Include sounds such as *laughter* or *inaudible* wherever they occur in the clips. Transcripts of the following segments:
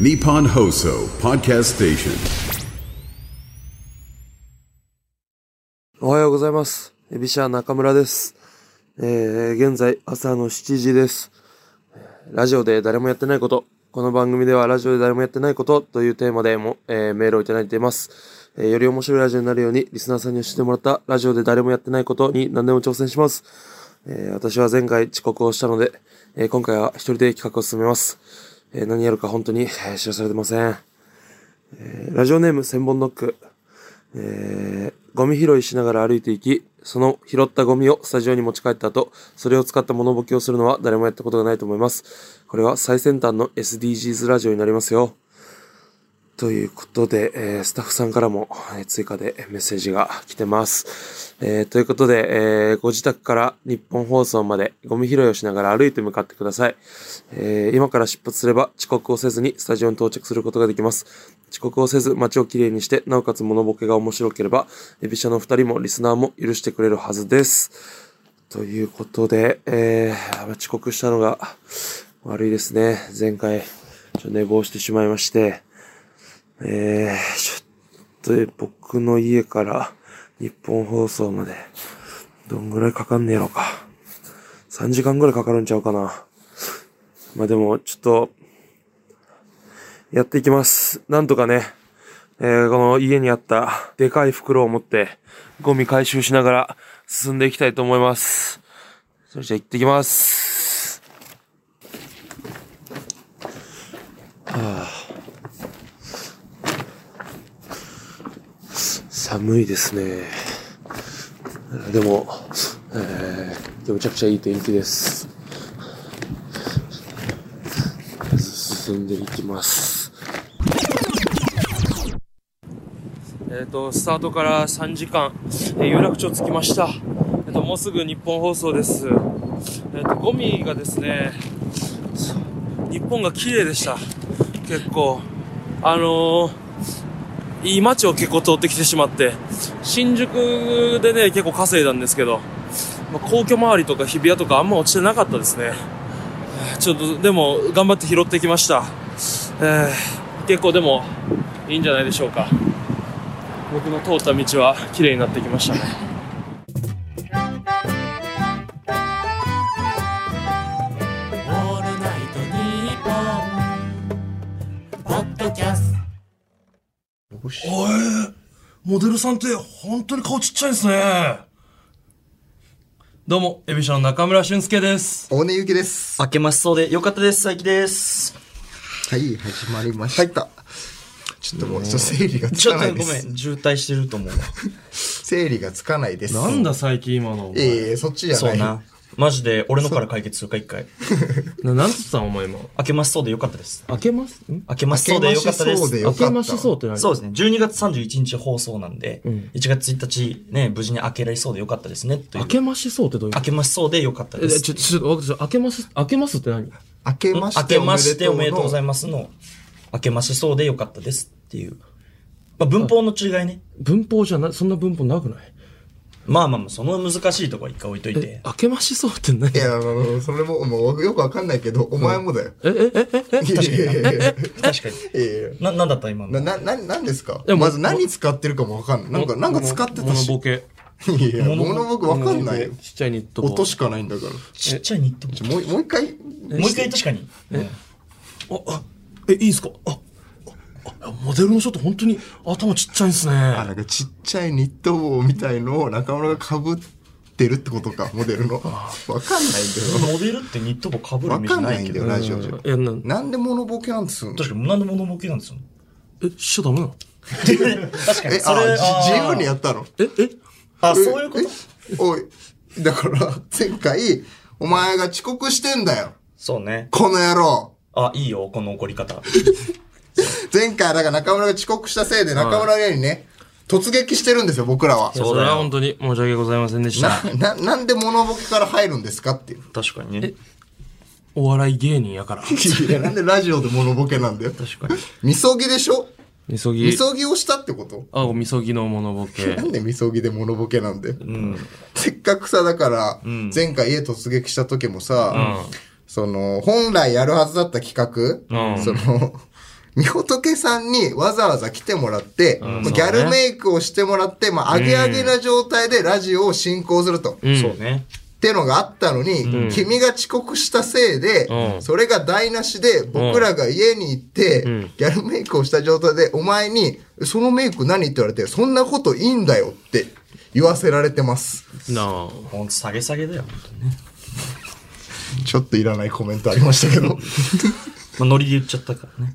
Nippon Hoso Podcast Station. おはようございます。エビシャー中村です。えー、現在朝の7時です。ラジオで誰もやってないこと。この番組ではラジオで誰もやってないことというテーマでも、えーメールをいただいています、えーより面白いラジオになるようにリスナーさんに教えてもらったラジオで誰もやってないことに何でも挑戦します。えー私は前回遅刻をしたので、えー今回は一人で企画を進めます。えー何やるか本当に、えー知らされてません。えーラジオネーム千本ノック。えーゴミ拾いしながら歩いていき、その拾ったゴミをスタジオに持ち帰った後、それを使った物ボケをするのは誰もやったことがないと思います。これは最先端の SDGs ラジオになりますよ。ということで、えースタッフさんからも、えー追加でメッセージが来てます。えーということで、えーご自宅から日本放送までゴミ拾いをしながら歩いて向かってください。えー今から出発すれば遅刻をせずにスタジオに到着することができます。遅刻をせず街をきれいにして、なおかつ物ボケが面白ければ、エビシャの二人もリスナーも許してくれるはずです。ということで、えー、遅刻したのが悪いですね。前回、ちょっと寝坊してしまいまして、えー、ちょっと僕の家から日本放送まで、どんぐらいかかんねやろか。3時間ぐらいかかるんちゃうかな。まあでも、ちょっと、やっていきます。なんとかね、えーこの家にあったでかい袋を持って、ゴミ回収しながら進んでいきたいと思います。それじゃあ行ってきます。寒いですね。でも、えー今日めちゃくちゃいい天気です。進んでいきます。えっ、と、スタートから3時間、えー有楽町着きました。えっ、と、もうすぐ日本放送です。えっ、と、ゴミがですね、日本が綺麗でした。結構。あのー、いい街を結構通ってきてしまって、新宿でね、結構稼いだんですけど、まあ皇居周りとか日比谷とかあんま落ちてなかったですね。ちょっと、でも、頑張って拾ってきました。えー結構でも、いいんじゃないでしょうか。僕の通った道は綺麗になってきましたね。オールナイトニッポン」ポッドキャストおえモデルさんって本当に顔ちっちゃいですね。どうも、エビシャの中村俊介です。大根ゆきです。明けましそうで、よかったです、佐伯です。はい、始まりました。ちょっともう、ちょっと整理がつちょかっなといごでめす。、ん渋滞してると思うわ。整理がつかないです。なんだ最近今のお前。ええそっちじゃそなうい。な。マジで、俺のから解決するか、一回。な、なんつったんお前今。明けましそうでよかったです。開けますん明けましそうでよかったで。明けましそうですよか開ったけましそうって何そうですね。12月31日放送なんで、1月1日、ね、無事に開けられそうでよかったですね、という開けましそうってどういうこ明とけましそうでよかったえ、でちょ、す。ちょ、ちょ、ちょ、開けます、開けますって何明けま明してけおめまでしてとうおめでとうございの。ますの、明けましそうでよかったですっていう。まあ、文法の違いね。文法じゃな、そんな文法なくないまあまあまあ、その難しいとこは一回置いといて。開けましそうって何いや、あの、それも、もう、よくわかんないけど、お前もだよ。え、え、え、え、えいやいやいやいや確かに。いやいやな、なんだった今のな、。な、な、なんですかやもうまず何使ってるかもわかんない。なんか、なんか使ってたし。モノボケ。いやいや、もの僕わかんないモノよボケ。ちっちゃいニット帽音しかないんだから。ちっちゃいニット。ちょもう、もう一回、もう一回確かに。あ、あ、え、いいですかあ、ああモデルの人って本当に頭ちっちゃいんですね。あ、なんかちっちゃいニット帽みたいのを中村が被ってるってことか、モデルの。わかんないけど。モデルってニット帽かぶるイわメーかジんなないいけんどだ。よ、ラジオじゃ。いや、ななんでモノボケなんですんの確かに、なんで物ボケなんですよ。え、しちゃダメなの確かに、え、そあれ、じ自由にややったのえ、え、あ、そういうことえおい、だから、前回、お前が遅刻してんだよそうね。この野郎あ、いいよ、この怒り方。前回、だから中村が遅刻したせいで中村家にね、突撃してるんですよ、僕らは。そうだれはよ。本当に申し訳ございませんでした。な、な、なんでモノボケから入るんですか *laughs* っていう。確かにね。お笑い芸人やから。いや、なんでラジオでモノボケなんだよ。確かに。みそぎでしょみそぎみ。そぎをしたってこと青みそぎのモノボ *laughs* ケな。んでみそぎでモノボケなんで、んせっかくさ、だから、前回家突撃した時もさ、その、本来やるはずだった企画、その、 *laughs* みほとけさんにわざわざ来てもらって、まあギャルメイクをしてもらって、まあ、アゲアゲな状態でラジオを進行すると。うんそうね。ってのがあったのに、君が遅刻したせいで、うんそれが台無しで、僕らが家に行って、ギャルメイクをした状態で、お前に、そのメイク何って言われて、そんなこといいんだよって言わせられてます。なあ。ほんと、下げ下げだよ。ちょっといらないコメントありましたけ *laughs* ど。まあ、ノリで言っちゃったからね。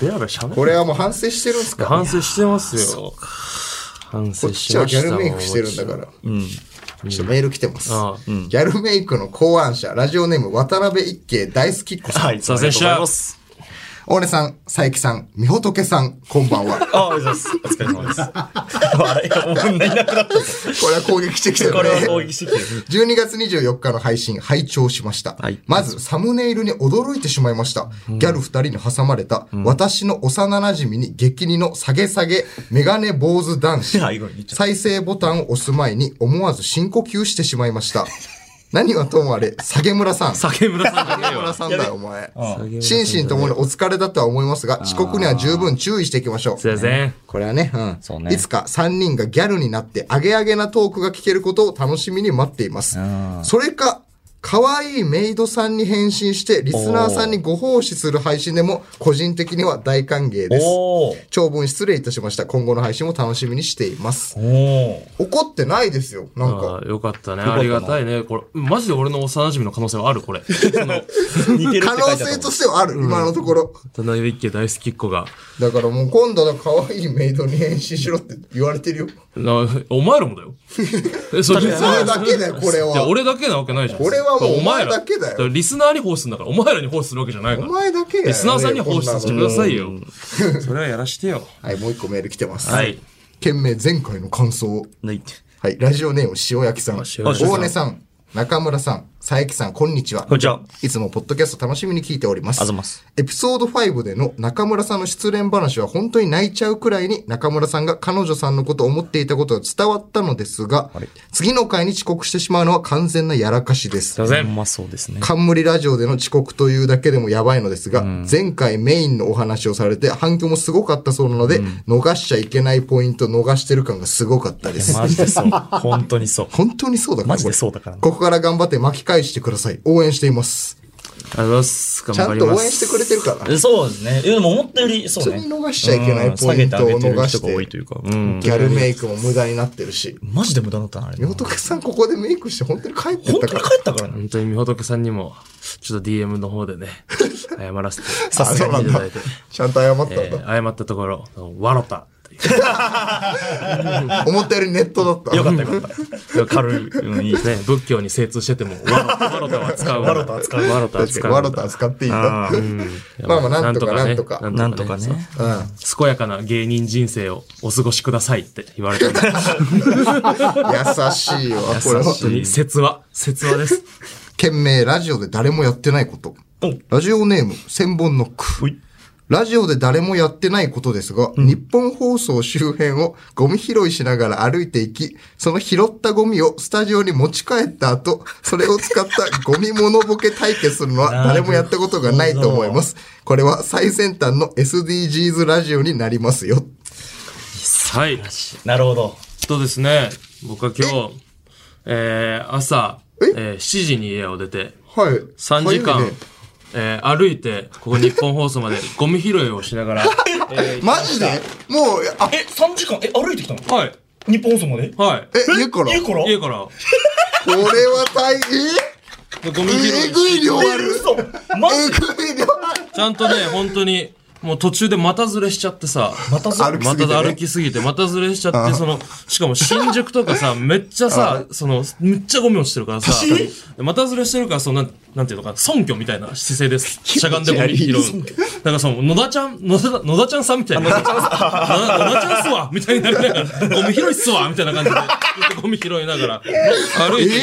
ベラベラ喋これはもう反省してるんですか反省してますよ。反こ省っしちまはしギたャルメイクしてるんだから。ちょっとメール来てます。ああうギャルメイクの考案者、ラジオネーム渡辺一慶大好きっ子さん。はい、すいませんでしたありがとうございます。大根さん、佐伯さん、みほとけさん、こんばんは。あ、お疲れ様です。お疲れ様です。あれがもうみんないなくなったぞ。これは攻撃してきてるね。これは攻撃してきてる。 12月24日の配信、拝聴しました。はいまず、サムネイルに驚いてしまいました。ギャル二人に挟まれた、私の幼馴染に激似の下げ下げ、メガネ坊主男 *laughs* 子はいごめん言っ。ちゃった再生ボタンを押す前に、思わず深呼吸してしまいま *laughs* した。何はともあれ、下げ村さん。下酒村さんじゃねえげよ。村さんだよ、お前。酒村さん心身ともにお疲れだとは思いますが、遅刻には十分注意していきましょう。すいません。これはね、うん。そうねいつか3人がギャルになって、アゲアゲなトークが聞けることを楽しみに待っています。それか、可愛いメイドさんに返信して、リスナーさんにご奉仕する配信でも、個人的には大歓迎です。おー。長文失礼いたしました。今後の配信も楽しみにしています。おー。怒ってないですよ、なんあ。かあよかったね。ありがたいね。これ、マジで俺の幼馴染の可能性はある、 *laughs* これ。その、似てるっ可て書能いてあ性ったと。してはある、今のところ。田辺一家大好きっ子が。だからもう今度は可愛いメイドに返信しろって言われてるよ。なお前らもだ *laughs* よ。え、そそれだけだよ、これいや、は。俺だけなわけないじゃん。俺はもうお前らお前だけだよからリスナーに奉仕するんだから、お前らに奉仕するわけじゃないかおら。前だけやリスナーさんに奉仕させてくださいよ。それはやらしてよ。はい、もう一個メール来てます。はい。件名前回の感想。ないはい、ラジオネーム塩焼きさん。塩焼きさん大根さん、中村さん、佐伯さん、こんにちは。こんにちはいつもポッドキャスト楽しみに聞いております。あざますエピソード5での中村さんの失恋話は本当に泣いちゃうくらいに中村さんが彼女さんのことを思っていたことが伝わったのですが、次の回に遅刻してしまうのは完全なやらかしです。すいません。うまそうですね。冠ラジオでの遅刻というだけでもやばいのですが、前回メインのお話をされて反響もすごかったそうなので、逃しちゃいけないポイント逃してる感がすごかったです。マジでそう。本当にそう。本当にそうだからマジでそうだからねこれここから頑張って巻き返してください。応援しています。ありがとうございます。頑ちゃ張んりとます。応援してくれてるから。えそうですね。いやでも思ったより、そう普ね。通に逃しちゃいけないうポイんントを下げてあげてる逃し人てが多いというか。うん。ギャルメイクも無駄になってるし。マジで無駄だったな、あれ。み本ほとけさんここでメイクして本当に帰ってっ当たにか帰ら。ったからね。本当にみほとけさんにも、ちょっと DM の方で *laughs* ね、謝らせて、あそうなんだいただいて。ちゃんと謝ったんだ。えー謝ったところ、笑ったっていう。思ったよりネットだった。よかったよかった。軽い。うん、いい。ね、仏教に精通してても、わろたは使う。わろたは使う。わろたは確使かう。に、ワロタ使っていいんだ。 *laughs* まあまあ、なんとかなんとか。なんとかね。うん健やかな芸人人生をお過ごしくださいって言われてる。優しいわ、これは本。当に、説話。説話です。件名、ラジオで誰もやってないこと。ラジオネーム、千本ノック。ラジオで誰もやってないことですが、日本放送周辺をゴミ拾いしながら歩いていき、その拾ったゴミをスタジオに持ち帰った後、それを使ったゴミモノボケ対決するのは誰もやったことがないと思います。これは最先端の SDGs ラジオになりますよ。 *laughs* はい。なるほど。とですね、僕は今日、えー、朝、えー、7時に家を出て、はい。 3時間、早いねえー、歩いて、ここ日本放送までゴミ拾いをしな *laughs* がら、マジでもう、あ、え、3時間、え、歩いてきたのはい、日本放送まではえ、家から家こからい、家から、れは大で変ゴミ拾いえぐい量ある嘘マジえでぐい量あるちゃんとね、本当に、もう途中で股ずれしちゃってさ、また歩きすまぎたて、ね。歩きすぎて、またずれしちゃって、その、しかも新宿とかさ、めっちゃさ、その、めっちゃゴミ落ちてるからさ、またずれしてるから、その、なんなんていうのかな、尊虚みたいな姿勢です。しゃがんでゴミ拾う。なんかその、野田ちゃん、野田野田ちゃんさんみたいな。野田ちゃんっすわみたいになりながら、ゴミ拾いっすわみたいな感じで、ずっとゴミ拾いながら、歩いて、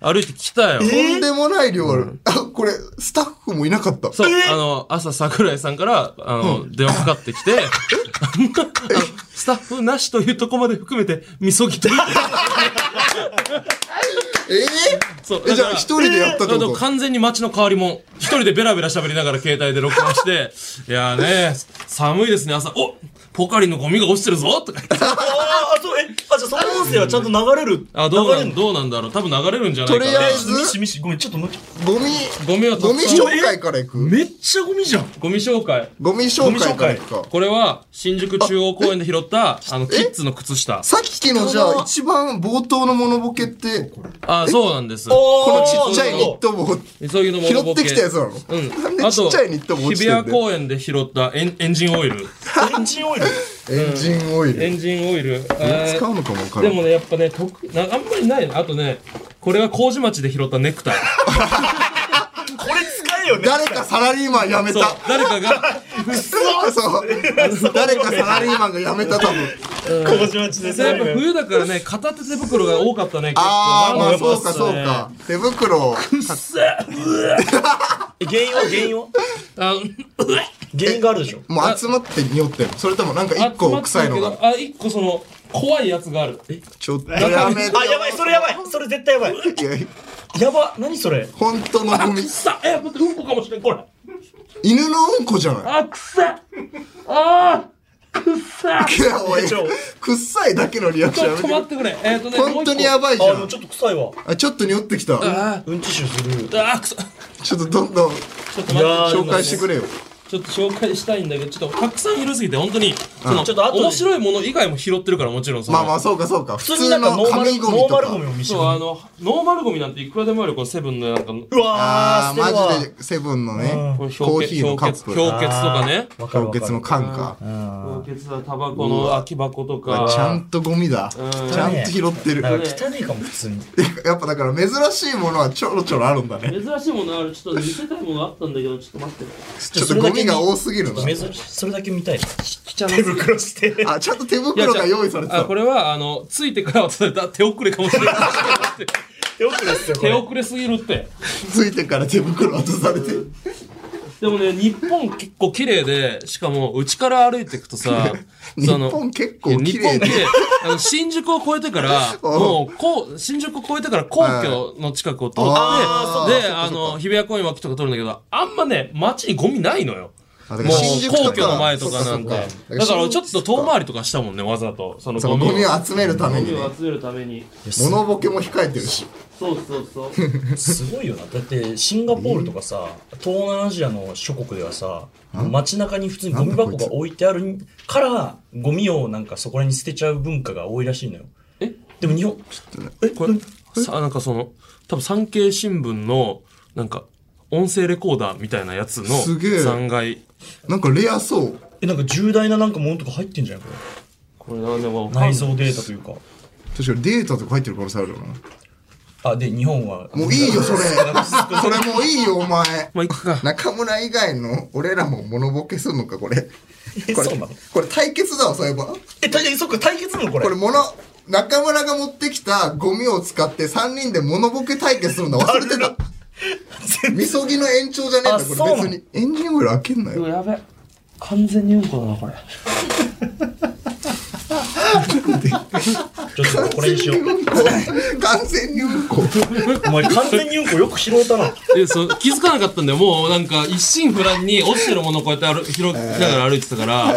歩いてきたよ。とんでもない量ある。あ、これ、スタッフもいなかった。そう、あの、朝桜井さんから、あの、電話かかってきて、あのスタッフなしというとこまで含めて、みそぎと。えーそう。えじゃあ一人でやったってことだから完全に街の変わりもん。一人でベラベラ喋りながら携帯で録音して、いやーね、寒いですね、朝、おポカリのゴミが落ちてるぞとか言って。ああ、そう、え、あ、じゃあその音声はちゃんと流れる。あ、どうな流れんるどうなんだろう多分流れるんじゃないかな。とりあえずミシミシ、ごめん、ちょっとむゴミ、ゴミはたゴミくさん紹介から行くめっちゃゴミじゃん。ゴミ紹介。ゴミ紹介から行くか。これは、新宿中央公園で拾った、あの、キッズの靴下。さっきのじゃあ一番冒頭のモノボケって、こあ、そうなんです。のこちっちゃいニット帽。急ぎのモノボケ拾ってきたやつなのうん。なんでちっちゃいニットも落ちてんだよあと日比谷公園で拾ったエンエンジンオイル。エンジンオイル。エンジンオイエル。ンジンオイル。え使ーうのかもわからでんもね、やっぱね、特なあんまりないね。あとね、これは麹町で拾ったネクタイ。これ使えよ *laughs* ね。誰かサラリーマン辞めそうた。。誰か *laughs* が、そう。誰かサラリーマンが辞めた多分。麹町で実際やっぱ冬だからね、片手手袋が多かったね、結構。あー、まなあんかやっそうかぱそうか。手袋。原因は原因はあ原因があるでしょ。もう集まって匂ってる。それともなんか一個臭いのが。。あ、一個その、怖いやつがある。えちょっとやめて。あ、やばい、それやばい。それ絶対やばい。いややば、何それ。本当のゴミ。さ、え、待って、うんこかもしれん、これ。犬のうんこじゃない。あ、くさあーくさいや、おいちょ、くっさいだけのリアクちションょやっめとて待ってくれ。えっ、とね、本当にやばばいじあ、ゃでもんちょっと臭いわ。あちょっと匂ってきたあうんち臭する。ーあー、くそ。ちょっとどんどんちょっと待って、紹介してくれ。れよちょっと紹介したいんだけど、ちょっとたくさん広すぎて、本当に、その、ちちょょっっと後とで面白いもの以外も拾ってるから、もちろんその。まあまあそうかそうか普普通に通なんかのノーマル、紙ゴノミーとマルゴミかを見せそう、る。あの、ノーマルゴミなんていくらでもある、このセブンのなんか、うわあー、捨てるわーマジでセブンのねこれコー氷ヒー結、の氷カ結、ップ氷結とかね。氷わかるわかる結の缶か氷結はタバコの空き箱とか。ちゃんとゴミだちゃんと拾ってるなんか汚いかも普通に。やっぱだから珍しいものはちょろちょろあるん *laughs* だね珍しいものある、ちょっと見せたいものあったんだけど、ちょっと待って。ちょっとゴミが多すぎるな珍しい。それだけ見たい。ちゃ手袋して。あちゃんと手袋が用意されてあたこれはあのついてからはただ手遅れか *laughs* もしれない手袋ですよ。こ手れ遅れすぎるってついてから手袋渡されてでもね日本結構綺麗でしかもうちから歩いていくと *laughs* さ日その本結構綺日本麗ってで、あの、新宿を越えて *laughs* から、もう、こう、新宿を越えてから皇居の近くを通って、で、あの、日比谷公園脇とか通るんだけど、あんまね、街にゴミないのよ。あだもかうら新宿、皇居の前とかなそっんかそっ。だから、ちょっそとっか遠回りとかしたもんね、わざと。そのそのゴミゴを。ミを集めるためにねゴミを集めるために。物ボケも控えてるしそうそうそう。すごいよな。だって、シンガポールとかさ、東南アジアの諸国ではさ、街中に普通にゴミ箱が置いてあるから、ゴミをなんかそこらに捨てちゃう文化が多いらしいのよ。えでも日本、え、これ、さ、なんかその、多分産経新聞の、なんか、音声レコーダーみたいなやつのすげえ3階。なんかレアそうえ、なんか重大ななんかものとか入ってんじゃないここれなんでもわれ。かんない内蔵データというか。確かにデータとか入ってる可能性あるよなあ、で、日本は。もういいよそ *laughs* れそれもういいよお前まあ、いくか。中村以外の俺らもモノボケすんのかこれえ、これそうなのこれ対決だわそういえばえ、たえそっか、対決なのこれ。これモノ中村が持ってきたゴミを使って3人でモノボケ対決するんだ忘れてた全 *laughs* みそぎの延長じゃねえんだあこれそう別にエンジンオイル開けんなよやべ。完全にうんこだな、これ。ちょっとこれにしよう。完全にうんこお前完全にうんこよく拾うたな。でそう気づかなかったんだよもうなんか一心不乱に落ちてるものをこうやって歩拾いながら歩いてたから、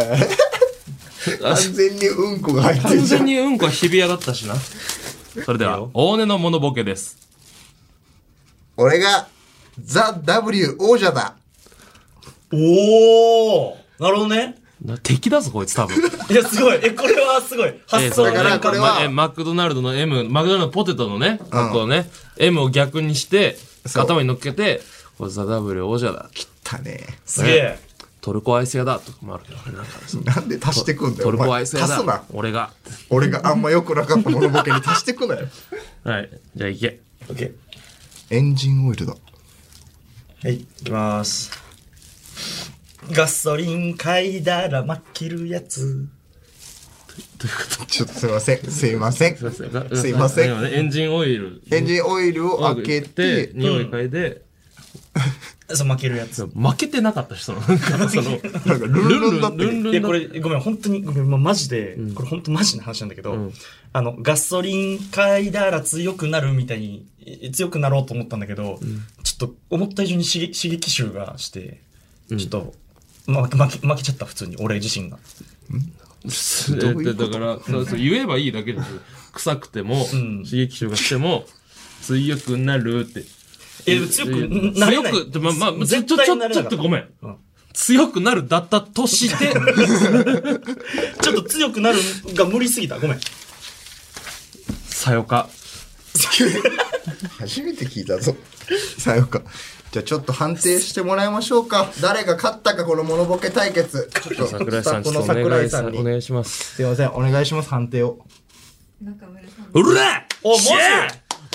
完全にうんこが入って完るじゃ全んにうんこは日比谷だったしなそれでは大根のモノボケです俺がザ・ W 王者だおーなるほどね。な敵だぞこいつ多分いや、すごい。え、これはすごい。発想だからこれはまえマクドナルドの M マクドナルドのポテトのね、箱をね M を逆にしてそう頭に乗っけてこれザ・ W 王者だだねすげえ。トルコアイス屋だとかもあるけどあれなんかそのなんで足してくんだよトルおコ前アイ足ス屋すなだ俺が俺があんま良くなかったモノボケに足してくなよはいじゃあ行けオッケエンジンオイルだー。はい、いきます。ガソリン嗅いだら負けるやつ。ちょっとすいませんすいませんすすいませんエンジンオイルエンジンオイルを開けて匂い嗅いで、そう負けるやつ。負けてなかっ *laughs* たし、その、なんか、その、なんかルンルンだってルンルンだいや、これ、ごめん、本当に、ごめん、まマジで、これ本当マジな話なんだけど、あの、ガソリン買いだら強くなるみたいに、え強くなろうと思ったんだけど、ちょっと思った以上に刺激刺激臭がして、ちょっと、ま、負け、負けちゃった、普通に、俺自身が。えーだから、そうそう言えばいいだけです。臭くても、ん刺激臭がしても、強くなるって。え、強くなれない。強く、まあ、まあ、ちょ、絶ちょ、対ちなょれちなょかったとごめんうん。強くなるだったと *laughs* して、ちょっと強くなるが無理すぎた。ごめん。さよか。初めて聞いたぞ。さよか。じゃあちょっと判定してもらいましょうか。誰が勝ったかこのモノボケ対決。ちょっと桜井さん、ちょっとお桜願井いささ、んおに。願いします。すいません、お願いします、判定を。中村さんうるらおマジシェー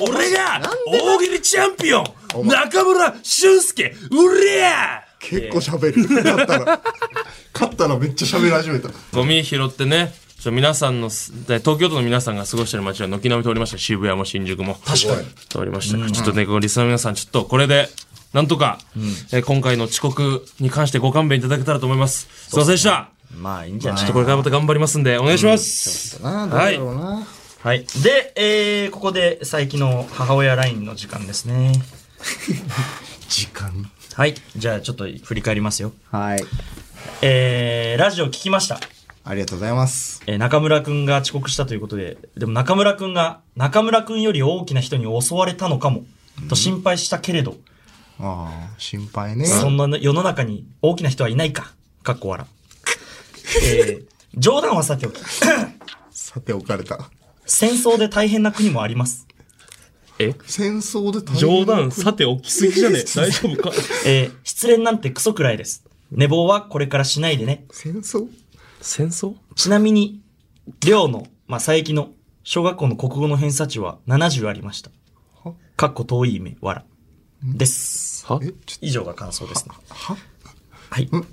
俺が大喜利チャンピオおン前中村俊介うれや結構喋る。勝ったら、勝ったらめっちゃ喋り始めた。ゴミ拾ってね、ちょ皆さんのす、で東京都の皆さんが過ごしてる街は軒並み通りました。渋谷も新宿も。確かに。通りましたから。ちょっとね、このリスナーの皆さん、ちょっとこれで、なんとか、えー今回の遅刻に関してご勘弁いただけたらと思います。すいませんでした。まあ、いいんじゃちょっとこれからまた頑張りますんで、お願いします。ああ、誰だろうな。はい。で、えー、ここで、最近の母親ラインの時間ですね。時間。はい。じゃあ、ちょっと振り返りますよ。はい。えー、ラジオ聞きました。ありがとうございます。えー中村くんが遅刻したということで、でも中村くんが、中村くんより大きな人に襲われたのかも、と心配したけれど、ああ、心配ね。そんな世の中に大きな人はいないか。かっこ笑。えー、冗談はさておき、さて、置かれた。戦争で大変な国もあります。戦争で大変冗談、さて、起きすぎじゃねえ。大丈夫かえー、失恋なんてクソくらいです。寝坊はこれからしないでね。戦争戦争ちなみに、寮の、まあ、佐伯の小学校の国語の偏差値は70ありました。かっこ遠い目、笑。です。はえ、ち以上が感想ですね。ははい。ょっと、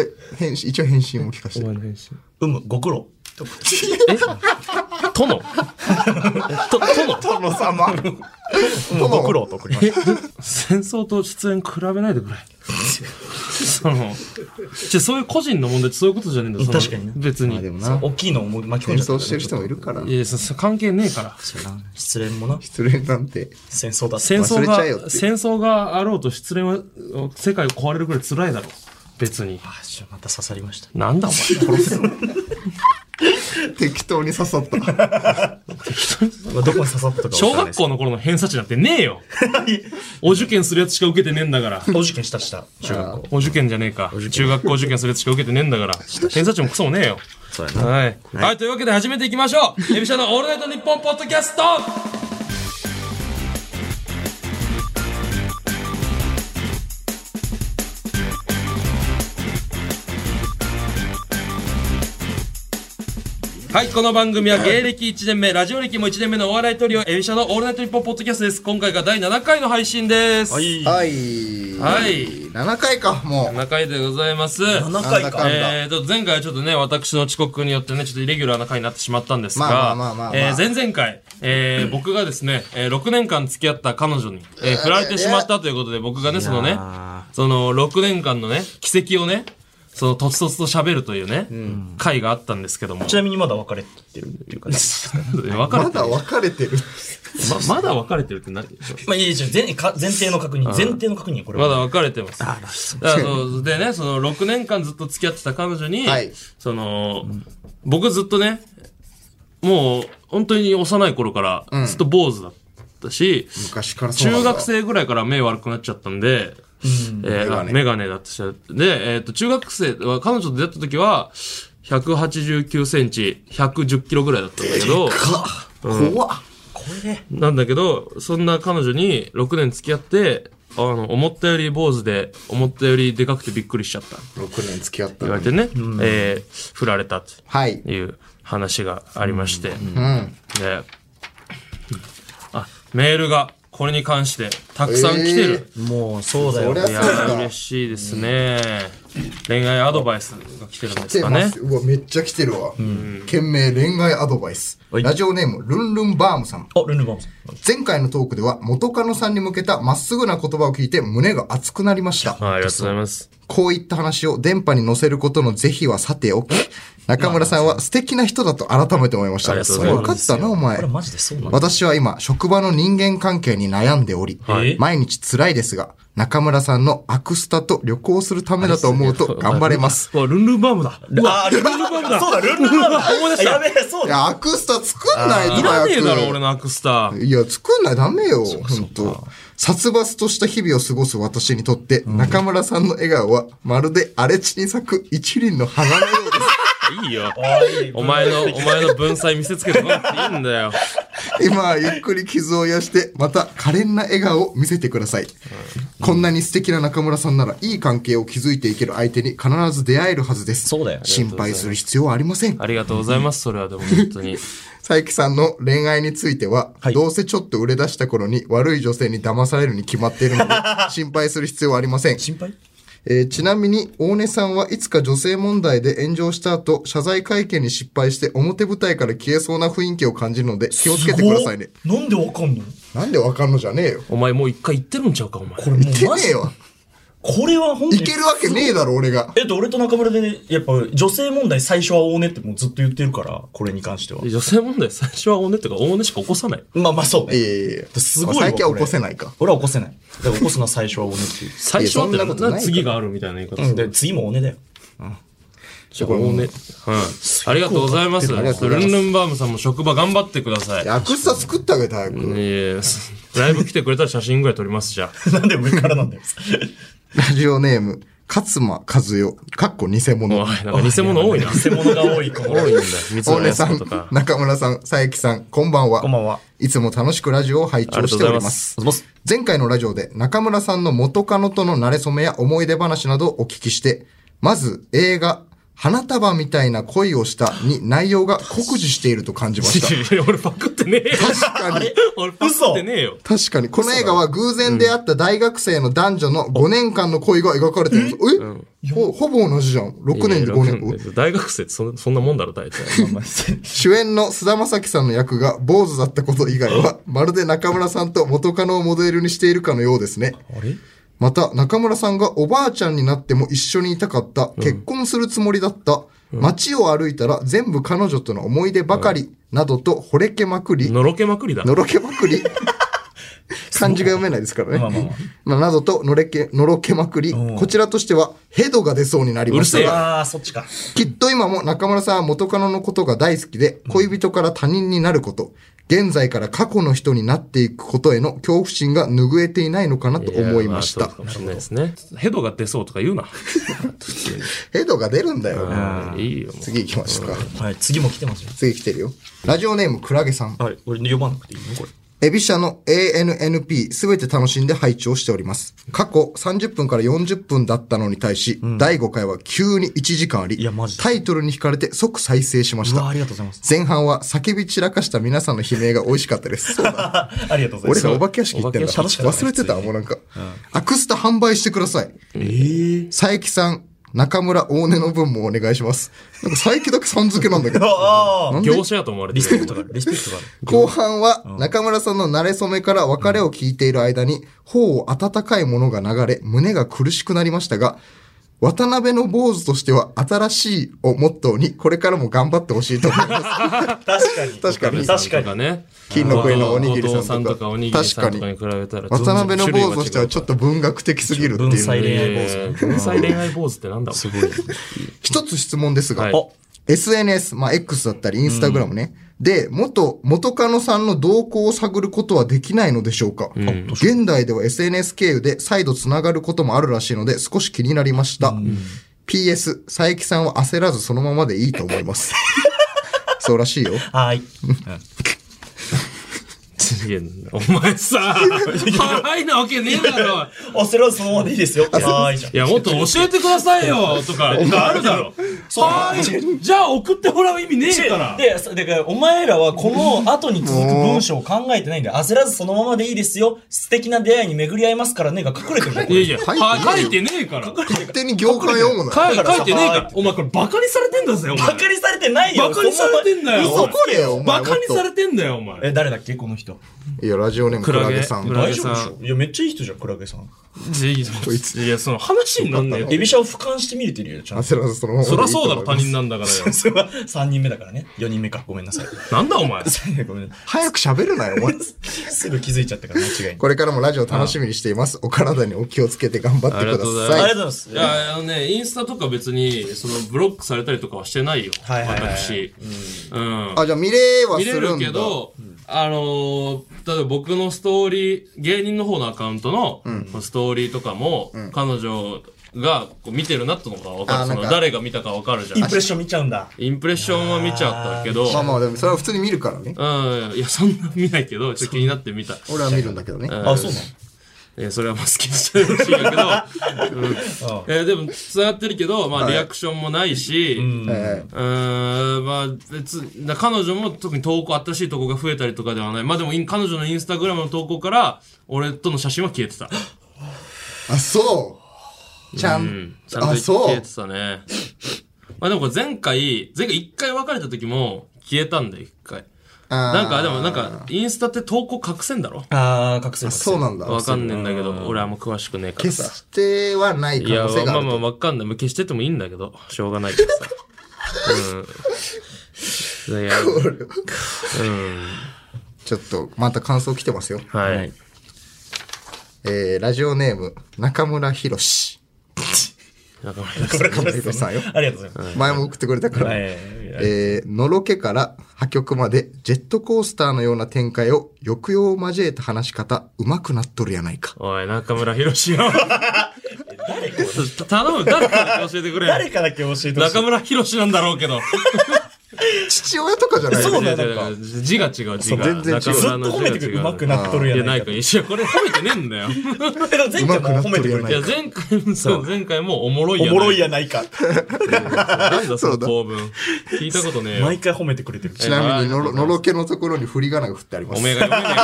え、返信、一応返信も聞かせおて。前の返信。うむ、ご苦労。殿えと、殿殿 *laughs* 様。うむ、ご苦労と送りました。戦争と出演比べないでくれ。その、じゃそういう個人の問題ってそういうことじゃねえんだよその確かにな別に。でもな、大きいのを巻き戦込んじゃった、争してる人もいるから。いや、そそ関係ねえから。失恋もな。失恋なんて。戦争だって。戦争忘れちゃえよってが、戦争があろうと失恋は、世界を壊れるくらい辛いだろう。別に。あ、ちょまた刺さりました。なんだお前。適当に刺さった。まあ、どこに刺さったか分小かんない学です。校の頃の偏差値なんてねえよ。お受験するやつしか受けてねえんだから。お受験したした。中学校。お受験じゃねえか。中学校受験するやつしか受けてねえんだから。偏差値もクソもねえよ。そうやはい。はい、というわけで始めていきましょう。エビシャのオールナイトニッポンポッドキャストはい、この番組は芸歴1年目、ラジオ歴も1年目のお笑いトリオ、エビシャのオールナイトニッポンポッドキャストです。今回が第7回の配信です。はい。はい。はい。 7回か、もう。 7回でございます。 7なん回だか。かんだ。えー、と前回はちょっとね私の遅刻によってねちょっとイレギュラーな回になってしまったんですまあがまあまあまあまあえー前々回、えー僕がですね、えー6年間付き合った彼女に、えー振られてしまったということで僕がねそのねその6年間のね軌跡をねそのとつとつと喋るというね、回があったんですけども。ちなみにまだ別れてるっていうか、ね、別まれてだる別れてる。ままだ別れてるって何まあ、いやいや、前か前提の確認。前提の確認、これまは。だ別れてます。だからそうでね、その6年間ずっと付き合ってた彼女に、はいその、僕ずっとね、もう本当に幼い頃からずっと坊主だったし、昔からそうな中んだ学生ぐらいから目悪くなっちゃったんで、えーあメガネだったし、で、えっ、と、中学生は、彼女と出会った時は、189センチ、110キロぐらいだったんだけど、怖っ。これで。なんだけど、そんな彼女に6年付き合って、あの、思ったより坊主で、思ったよりでかくてびっくりしちゃった。 6年付き合った言のわれに。てね、えー振られたっはい。ていう話がありまして、うん。で、あ、メールがこれに関してたくさん来てる。もう、そうだそより。ゃいそやうー、だ。嬉しいですね。恋愛アドバイスが来てるんで来すてかまねす。。うわ、めっちゃ来てるわ。件名恋愛アドバイス。はいラジオネーム、ルンルンバームさん。あ、ルンルンバームさん。前回のトークでは元カノさんに向けたまっすぐな言葉を聞いて胸が熱くなりました。はい、ありがとうございます。こういった話を電波に載せることの是非はさておき、中村さんは素敵な人だと改めて思いました。ありがとうごそざいます分かったな、お前これ。マジでそうなんだ。私は今、職場の人間関係に悩んでおり、はい毎日辛いですが、中村さんのアクスタと旅行するためだと思うと頑張れます。うわ、ルンルンバームだ。うわ、ルンルンバームだ。そうだ、ルンルンバームだ。思い出しあやた。べえ、そういだ。や、アクスタ作んないといら早ねえだろ、俺く。のアクスター。いや、作んないダメよ、本当殺伐とした日々を過ごす私にとって、中村さんの笑顔は、まるで荒れ地に咲く一輪の花のようです。いいよ。あいいお前の、お前の文才見せつけてこなくていいんだよ。 *laughs* 今はゆっくり傷を癒してまた可憐な笑顔を見せてください、こんなに素敵な中村さんならいい関係を築いていける相手に必ず出会えるはずですそうだよ心配する必要はありませんありがとうございます、それはでも本当に。佐伯さんの恋愛については、はいどうせちょっと売れ出した頃に悪い女性に騙されるに決まっている *laughs* ので心配する必要はありません心配えーちなみに、大根さんはいつか女性問題で炎上した後、謝罪会見に失敗して表舞台から消えそうな雰囲気を感じるので、気をつけてくださいね。すごっなんでわかんのなんでわかんのじゃねえよ。お前もう一回言ってるんちゃうか、お前。これも言ってうマねジえよ。これは本当いに。けるわけねえだろ、俺が。えっと、俺と中村でね、やっぱ女性問題最初は大根ってもうずっと言ってるから、これに関してはで。女性問題、最初は大根っていうか、大根しか起こさない。まあまあそういね。やいやいや。すごいわ最近はこ起れこせないか。俺は起こせない。だから起こすのは最初は大根っていう。最初はっていやそんなことないから次があるみたいな言い方すうるん、で、次もおねだよ。じゃあ大根。はい。ありがとうございます。ルりがとうございますンルンバームさんも職場頑張ってください。アクスタ作ってあげたい。いえいえすライブ来てくれたら写真ぐらい撮ります、じゃなんで上か *laughs* らなんだよ。ラジオネーム、勝間和代、かっこ偽あ。お物。い、なんか偽物多いな。偽物が多いかも。 *laughs* 多いんだ。三大つ根やささんとか、。 *laughs* 中村さん、佐伯さん、こんばんは。こんばんは。いつも楽しくラジオを拝あり聴がとしうてごおざいりまますす。。前回のラジオで中村さんの元カノとの馴れ初めや思い出話などをお聞きして、まず映画、花束みたいな恋をしたに内容が酷似していると感じました。いや俺パクってねえよ。確か *laughs* に。俺パクってねえよ。確かに。この映画は偶然出会った大学生の男女の5年間の恋が描かれてるんです。え、ほほぼ同じじゃん。6年で5いやいや年。大学生ってそんそんなもんだろ、大体。主演の菅田将暉さんの役が坊主だったこと以外は、まるで中村さんと元カノをモデルにしているかのようですね。あれまた、中村さんがおばあちゃんになっても一緒にいたかった、結婚するつもりだった、街を歩いたら全部彼女との思い出ばかり、などと惚れけまくり、のろけまくりだ。のろけまく *laughs* り。漢字が読めないですからね。まあまあまあまあなどとのれけ、のろけまくり、んこちらとしてはヘドが出そうになりましたうるせえが、ああ、そっちか。きっと今も中村さんは元カノのことが大好きで、恋人から他人になること、現在から過去の人になっていくことへの恐怖心が拭えていないのかなと思いましたやそう。かもしれないですね。ヘドが出そうとか言うな。ヘドが出るんだよ。うんいいよ、もう。次行きますか。はい、次も来てますよ。次来てるよ。ラジオネームクラゲさん。はい、俺読まなくていいのこれ。エビ社の ANNP すべて楽しんで配置をしております。過去30分から40分だったのに対し、第5回は急に1時間ありいやマジ、でタイトルに惹かれて即再生しましうわ、たあ。りがとうございます。前半は叫び散らかした皆さんの悲鳴が美味しかったです。そうだあありがとう *laughs* ご俺ざいらまお化け屋敷行ってんだ。お化け屋敷忘れてたもうなんか。アクスタ販売してください。ええ佐伯さん、中村大根の分もお願いします。なんか佐伯だけさん付けなんだけす。ど。 *laughs* ああ、なんで業者やと思われてリスペクる。トがある。リスペクトがある。後半は中村さんの慣れ初めから別れを聞いている間に、頬を温かいものが流れ、胸が苦しくなりましたが、渡辺の坊主としては新しいをモットーに、これからも頑張ってほしいと思います。確か *laughs* に。確かに確かとかに。ね。金の声のおにぎり後藤ささんんととかかおにぎりさんとかに確比べたら全然渡辺の種類坊主としてはちょっと文学的すぎるって文才いう。恋愛坊主。えー文才恋愛坊主ってなんだすごい。一つ質問ですが、はいお SNS、まあ X だったりインスタグラムね。で、元、元カノさんの動向を探ることはできないのでしょうか、現代では SNS 経由で再度つながることもあるらしいので少し気になりました。PS、佐伯さんは焦らずそのままでいいと *laughs* 思います。そうらしいよ。はーい。いや、お前さ、はいなわけねえだろ。あ、それはそのままでいいですよ。はーい、じゃいや、もっと教えてくださいよ、とか、あるだろ。はーい。じゃあ送ってもらう意味ねえから。で、そだから、お前らはこの後に続く文章を考えてないんで、焦らずそのままでいいですよ。素敵な出会いに巡り合いますからね、が隠れてるじゃん。こいやれいや、書いては書いてねえから。書勝手に業界読むな。い書いてねえから。お前これバカにされてんだぜ、お前。バカにされてないよ。バカにされてんだよそな嘘これよ。お前バカにさもっれてんだよ、おえ、前。誰だっけこの人。といや、ラジオネームククラゲラゲさん。クラ大ゲ丈さん夫でしょいや、めっちゃいい人じゃん、クラゲさん。こいついや、その話になんねエえよ。ビシャを俯瞰して見れてるよ、ちゃんと。焦らずそのままでいそいとりゃ思そうだろ、い他ます人なんだからよ。それは3人目だからね。4人目か。ごめん *laughs* なさい。なんだお前。ごめんなさ早く喋るなよ、お *laughs* 前。い。すぐ気づいちゃったから、間違いに。これからもラジオ楽しみにしています。お体にお気をつけて頑張ってありがくとだうございあさりがいと。うございいます。や、あのね、インスタとか別に、その、ブロックされたりとかはしてないよ。はいはいはい私。うん。あ、じゃあ見れはす見れるるんけだ。ど、あのー例えば僕のストーリー、芸人の方のアカウントのストーリーとかも、彼女がこう見てるなってのがわかある。そのなんか誰が見たかわかるじゃインんプ。レッション見ちゃうんだ。インプレッションは見ちゃったけど、まあまあ、でもそれは普通に見るからね。うん、いや、そんな見ないけど、ちょっと気になって見た。俺は見るんだけどね。あ、そうなのえーそれはまあ好きにしてほしいんだけど、うんえーでも、伝わってるけど、まあ、リアクションもないえし、うーんまあ別にだ彼女も特に投稿新しい投稿が増えたりとかではないまあでもイン彼女のインスタグラムの投稿から俺との写真は消えてたーあ、そう。ちゃうんん、ちゃんあ、と消そえう。てたねまあでもこれ前回前回一回別れた時も消えたんだよ一回ななんかでもなん、かインスタって投稿隠せんだろあー、隠せる。そうなんだ。わかんねえんだけど俺あんま詳しくねえから決さしてはないい可や能性がまああるまあと。わかんない消しててもいいんだけどしょうがないから *laughs* さうんいやちょっと、また感想来てますよ。はいえー、ラジオネーム、中村博士。 *laughs* 中 *laughs* 村こエれ隠せるビさんよ。ありがとうございます。前も送ってくれたから。はいえーのろけから破局までジェットコースターのような展開を抑揚を交えた話し方うまくなっとるやないかおい、中村博士 *laughs* よ。頼む、誰か教えてくれ。誰かだけ教えてほし中い。村博士なんだろうけど。 *laughs* 父親とかじゃないそうのなの違う違う違う字が違う、字が。全然違う中ずっと村の褒めてくる。うまくっなっとるいやや、なないいかか。と。一緒これ褒めてねえんだよ。いでも前回も褒めてくれうまくなっとるやなてや、前回もそう、前回もおもろいおやないもろいやないか。なんだ、そのそうだ構文。聞いたことねえ *laughs* よ毎。回褒めてくれてる。ちなみにのえろーのろけのところに振り仮名が振ってありまおすめえが読めねえ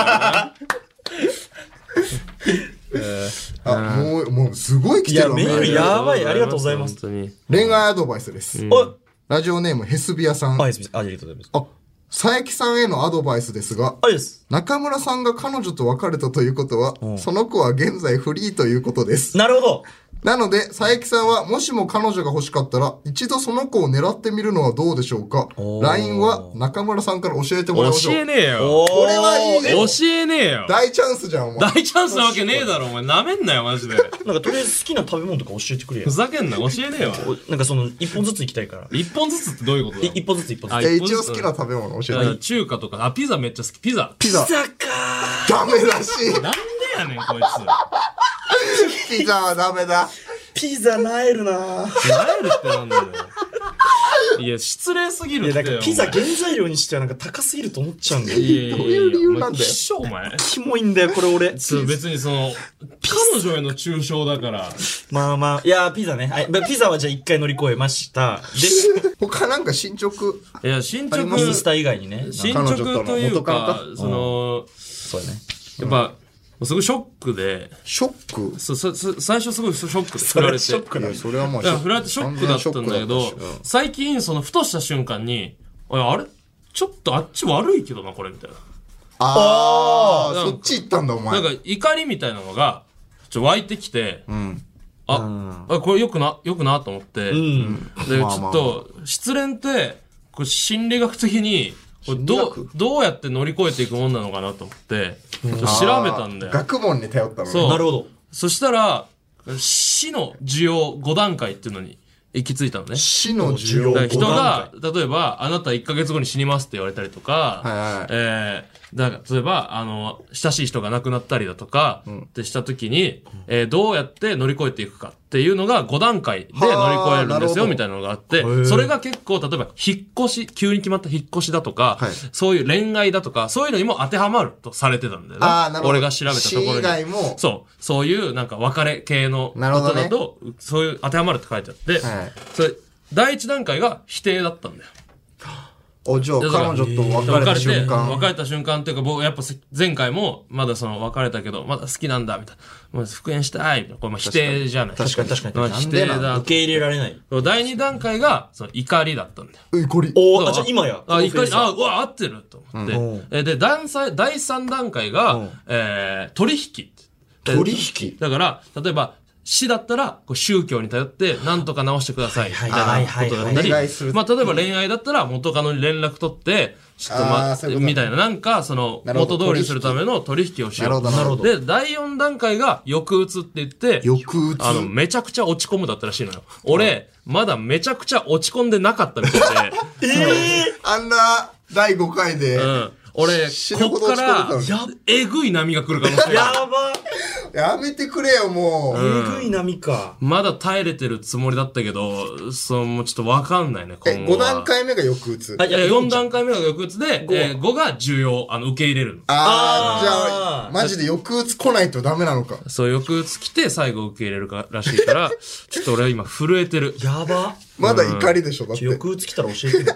からあもうもうすごい来いてや、るわメーねルな。やばい。ありがとうございます。本当に。恋愛アドバイスです、おラジオネームヘスビアさん、あ、いいですありがとうございます。あ佐伯さんへのアドバイスですがあ、いいです。中村さんが彼女と別れたということは、その子は現在フリーということですなるほど。なので、佐伯さんは、もしも彼女が欲しかったら、一度その子を狙ってみるのはどうでしょうか ?LINE は中村さんから教えてもらいましょ教う。えねえよ。これはいいね教えねえよ。大チャンスじゃん、お前。大チャンスなわけねえだろ、お前。舐めんなよ、マジで。なんかとりあえず好きな食べ物とか教えてくれよふ。ざけんな、教えねえわ。なんかその、一本ずつ行きたいから。一本ずつってどういうことだい一本ずつ一本ずあつ。え、一本一ず応つ好きな食べ物教だえてから。中華とか、あ、ピザめっちゃ好き。ピザ。ピザ。ダメらしなんでやねん、*laughs* こいつ。い。ピザはダメだ。ピザなえるなぁ。なえるってなんだよ。いや、失礼すぎるいっや、てなよ。んかピザ原材料にしてはなんか高すぎると思っちゃうんだお前よ。いやいやいやどういう理由なんだよお前一緒、お前。キモいんだよ、これ俺。そう別にその、彼女への中傷だから。まあまあ。いやー、ピザね。はい。まあピザはじゃあ一回乗り越えました。 *laughs* で、他なんか進捗。いや、進あ捗りま、インスタ以外にね。進彼捗女とのという元カかノ、その、そうだね。やっぱ、もうすごいショックで、ショックそそそ最初すごいショックで振られて。ショックいだや、。それはもういや、フライトショックだったん完だけど全ショックだったし、最近、その、ふとした瞬間に、あれあれちょっとあっち悪いけどな、これ、みたいな。あなー、んかそっち行ったんだ、お前。なんか、怒りみたいなのが、ちょっと湧いてきて、あ、あこれよくな、よくなと思って、で、ちまあまょあっと、失恋って、これ心理学的に、これどう、どうやって乗り越えていくもんなのかなと思って、ちょっと調べたんだあー。よ学問に頼ったのね。そう。なるほど。そしたら、死の需要5段階っていうのに行き着いたのね。死の需要だから人五段が、例えば、あなた1ヶ月後に死にますって言われたりとか、はいはいえだから、例えば、あの、親しい人が亡くなったりだとか、ってしたときに、えーどうやって乗り越えていくかっていうのが5段階で乗り越えるんですよ、はあみたいなのがあって、それが結構、例えば、引っ越し、急に決まった引っ越しだとか、はいそういう恋愛だとか、そういうのにも当てはまるとされてたんだよね。あーなるほど俺が調べたところ死に。以外もそう。そういう、なんか別れ系のことなるほどねだと、そういう当てはまるって書いてあって、はいそれ、第一段階が否定だったんだよ。お、じゃあだ彼から女と別れ別たれて、瞬間。別れた瞬間っていうか、僕、やっぱせ前回も、まだその、別れたけど、まだ好きなんだ、みたいな。もう復縁したい、みたいな。これ、まあ否定じゃない。確かに確かにまあなん否で定なんだ受。け入れられない。第二段階が、その、怒りだったんだよ。え、これ。おーあ、じゃあ今や。あ、プロフ怒ェッり、サーあ、うわ、合ってる、と思って。うんえで、段差第三段階が、うんえー、取引。取引だから、例えば、死だったら、こう宗教に頼って、なんとか直してください、みたいなことだったはいはいはいはいりお願いする、まあ、例えば恋愛だったら、元カノに連絡取って、ちょっとあまーそういうことみたいな、なんか、その、なるほど元通りにするための取引をしなよう。るほどなるほどで、第4段階が、抑うつって言って、抑うつあの、めちゃくちゃ落ち込むだったらしいのよ。俺、まだめちゃくちゃ落ち込んでなかったみた *laughs* いで、あんな、第5回で、うん。俺、死ぬほこっど落かち込んでたのらに、えぐい波が来る可能性がある。やばやめてくれよ、もう。えぐい波か。まだ耐えれてるつもりだったけど、そのもうちょっとわかんないね、え、今後5は段階目が抑うつ。はいいや、四4段階目が抑うつで、えー5が重要、あの、受け入れる。あー、じゃあーあ、マジで抑うつ来ないとダメなのか。そう、抑うつ来て最後受け入れるからしい *laughs* から、ちょっと俺は今震えてる。やば。まだ怒りでしょ、だっちてょ。抑うつ来たら教えてよ。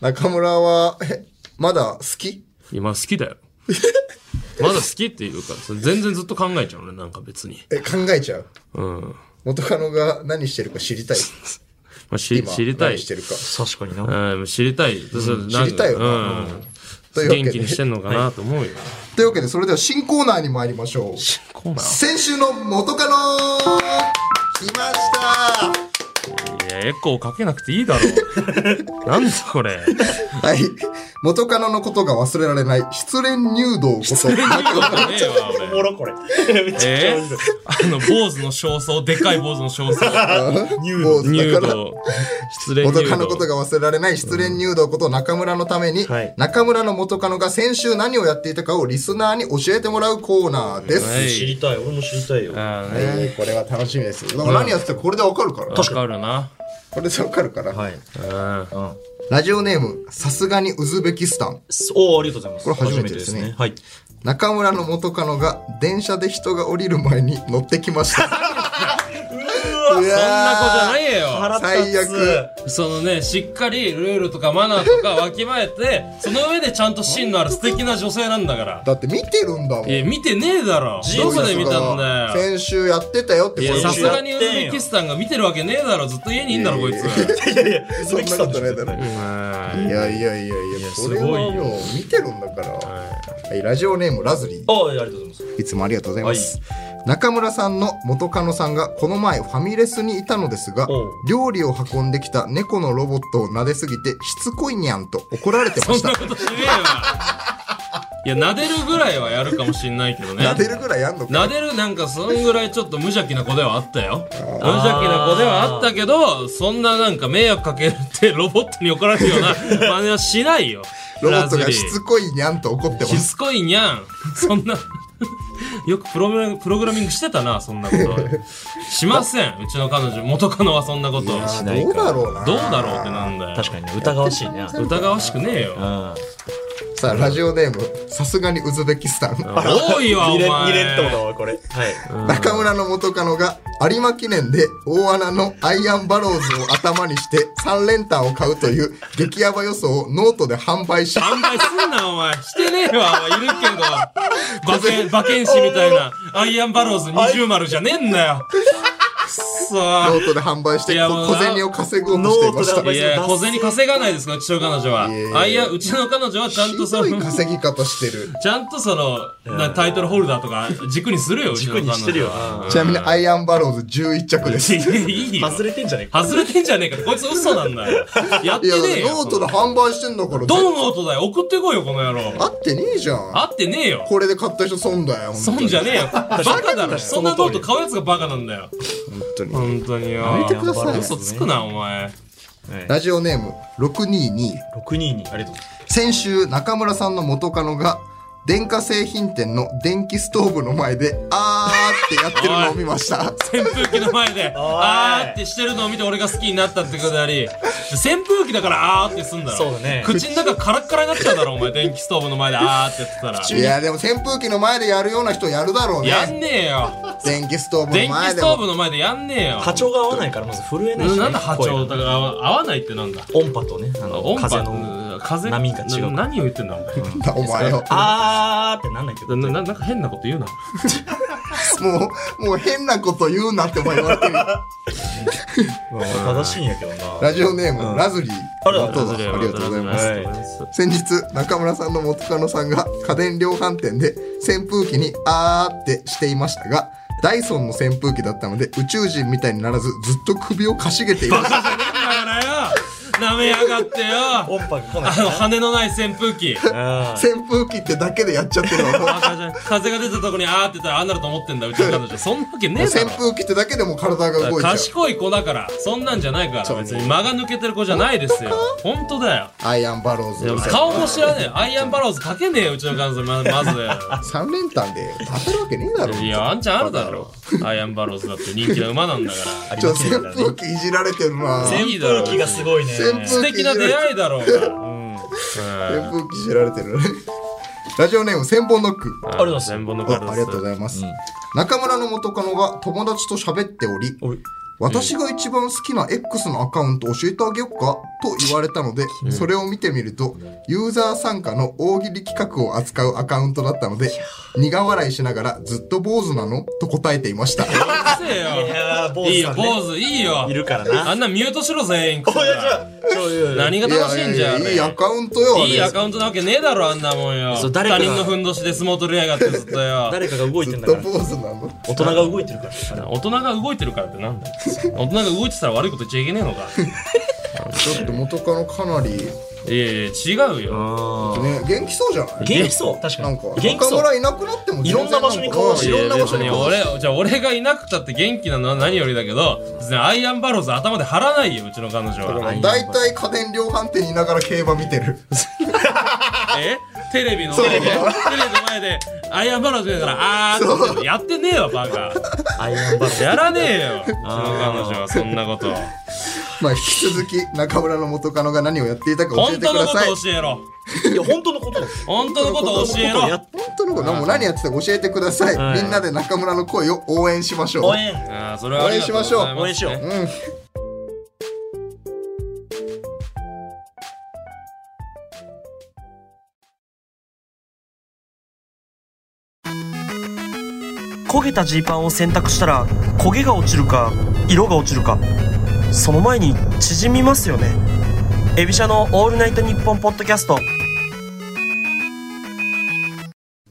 中村は、え、まだ好き今好きだよ。まだ好きっていうか、それ全然ずっと考えちゃうね、なんか別に。え、考えちゃう。うん。ま元カノが何してるか知りたい。あ、し今知りたい何。してるか。確かにな。うん、知りたい。そうなんか知りたいよなうん。というわけで元気にしてんのかなと思うよ。というわけで、それでは新コーナーに参りましょう。コーナー先週の元カノ来ましたいや、エコーかけなくていいだろ *laughs* う。なんだこれ。はい。元カノのことが忘れられない失恋入道こそ。ねえわ、おも俺。ろこれ。 *laughs* めっちゃえ面白い。ー、あの、坊主の焦燥、でかい坊主の焦燥。 *laughs* 入道入だから。道。失礼入道。元カノのことが忘れられない失恋入道こと中村のために、はい中村の元カノが先週何をやっていたかをリスナーに教えてもらうコーナーです。はい知りたい。俺も知りたいよ。ああ、ね。えーこれは楽しみです。でも何やってたかこれでわかるから。確かあるな。これでわかるから。はい。うん。ラジオネーム、さすがにウズベキスタン。おー、ありがとうございます。これ初めてですね初はい。中村の元カノが電車で人が降りる前に乗ってきました。そんなことないよ。腹立最つ悪。そのね、しっかりルールとかマナーとかわきまえて、その上でちゃんと芯のある素敵な女性なんだから。だって見てるんだもん。いや、見てねえだろ。どこで見たんだよ。先週やってたよっていや、こさとすがにウズベキスタンが見てるわけねえだろ。ずっと家にいんだろ、こいつ。いやいや、ウズそベんキなスタこンとないだろ。いやいやいやいや、これはもう見てるんだから。はい、ラジオネームラズリー。あありがとうございます。いつもありがとうございます。中村さんの元カノさんがこの前ファミレスにいたのですがおう料理を運んできた猫のロボットを撫ですぎてしつこいにゃんと怒られてまそんしなたことしねえわ。いや、撫でるぐらいはやるかもしんないけどね。撫でるぐらいやんのか撫でるなんかそんぐらいちょっと無邪気な子ではあったよ無邪気な子ではあったけどそんななんか迷惑かけるってロボットに怒られるような真似はしないよロボットがしラズつこいにゃんと怒ってまリーしすつこいにゃんそんな *laughs* よくプログラプログラミングしてたなそんなことしませんうちの彼女元カノはそんなことどうあどうだろうなだろうってなんだよ確かにね、疑わしいね。疑わしくねえよさあラジオネームさすがにウズベキスタン多いわお二連、前二連ってことだわ、これ。はい。中村の元カノが有馬記念で大穴のアイアンバローズを頭にして3連単を買うという激ヤバ予想をノートで販売し販売すんな、お前。してねえわ、お前。いるけど。馬券、馬券師みたいな。アイアンバローズ20丸じゃねえんだよ。くっそノーートで販売していやこもう小銭を稼ごうとしていましノーたトで販売いや、小銭稼がないですから、うちの彼女は。あいや、うちの彼女はちゃんとひそどいの、稼ぎ方してるちゃんとその、なタイトルホルダーとか軸にするよ、うちの彼女は。軸にしてるよちなみにアイアンバローズ11着ですいいやいいよ。外れてんじゃねえか。外れてんじゃねえか。こいつ嘘なんだよ。やってねやえよ。ノートで販売してんだからどのノートだよ。送ってこいよ、この野郎。合ってねえじゃん合ってねえよ。これで買った人損だよ本損じゃねえよ。バカだろ。そんなノート買うやつがバカなんだよ。当に本当によ。見てください嘘つくな、お前。はいラジオネーム622。 6人にありがとうございます先週中村さんの元カノが電化製品店の電気ストーブの前で「あー」ってやってるのを見ました *laughs* 扇風機の前で、おいあーってしてるのを見て俺が好きになったってことであり、扇風機だからあーってすんだろ。そうだね口の中カラッカラになっちゃうだろ、お前。電気ストーブの前であーってやってたら。いやでも扇風機の前でやるような人やるだろうやんねねえよ。電気ストーブの電気前スでトーもブの前でやんねえよ。波長が合わないからまず震えないしね、なんだ波長声だから合わないってなんだ。音波とねあの音波風のの風波が違うな何を言ってんだお前お前よあーってなんないけどなななんか変なこと言うなもうもう変なこと言うなってお前言われてる正しいんやけどなラジオネーム、うんラズリーあらどうぞそれはありがとうございますありがとうございます先日中村さんの元カノさんが家電量販店で扇風機に「あー」ってしていましたがダイソンの扇風機だったので宇宙人みたいにならずずっと首をかしげていまし *laughs* ただからよ舐めやがってよ音波が来ないあの羽のない扇風機あー扇風機ってだけでやっちゃってるのもう風が出たとこにあーって言ったらあんなると思ってんだうちの彼女そんなわけねえ扇だろ風機ってだけでも体が動いちゃう賢い子だからそんなんじゃないからそう別に間が抜けてる子じゃないですよ本当だよアイアンバローでズも顔も知らねえアイアンバローズかけねえようちの彼女ままず三連単で当たるわけねえだろいやあんちゃんあるだろアイアンバローズだって人気な馬なんだからありちょません扇からね風機いじられてるな扇扇全風機がすごいね扇 *laughs* 素風敵な出会いだろうが、うん風機いじられてる *laughs* ラジオネーム千本ノックありがとうございます千本のあありがとうごいざいます、中村の元カノが友達と喋っており私が一番好きな X のアカウント教えてあげようかと言われたので、それを見てみると、ユーザー参加の大喜利企画を扱うアカウントだったので、苦笑いしながらずっと坊主なのと答えていました。ますうるせいえやーよ坊主さんねいいよ坊主いいよいるからなあんなミュートしろ全員おいや違う違う違う何が楽しいんじゃんあいやれいいアカウントよ。あれいいアカウントなわけねえだろあんなもんよそう誰か他が人のふんどしで相撲取りやがってずっとよ誰かが動いてずんっだとから坊主なの大人が動いてるから大人が動いてるからってなんだよ大人が動いてたら悪いこと言っちゃいけねえのかちょっと元カノかなり、ね、いやいや違うよ元気そうじゃない元気そう確かなんにか、元気中そう村いなくなっても全然いろんな場所に顔をい知るろんな場所にいや顔を知る別に俺じゃあ俺がいなくたって元気なのは何よりだけど別にアイアンバローズ頭で張らないようちの彼女は大体家電量販店にいながら競馬見て *laughs* る。えテレビの前でテレビの前でアイアンバローズ見ながらあーって言ってるやってねえわバカアイアンバロンやらねえようちの彼女はそんなことまあ引き続き中村の元カノが何をやっていたか教え本てく当のだこさいと。教えろいや本当のことだ本当のこと教えろやっ本当のこともう何やってたか教えてください、みんなで中村の声を応援しましょう応援あーそれはありがとうございますね応援しよう応援しよううん焦げたジーパンを洗濯したら焦げが落ちるか色が落ちるかその前に縮みますよねエビシャの「オールナイトニッポン」ポッドキャスト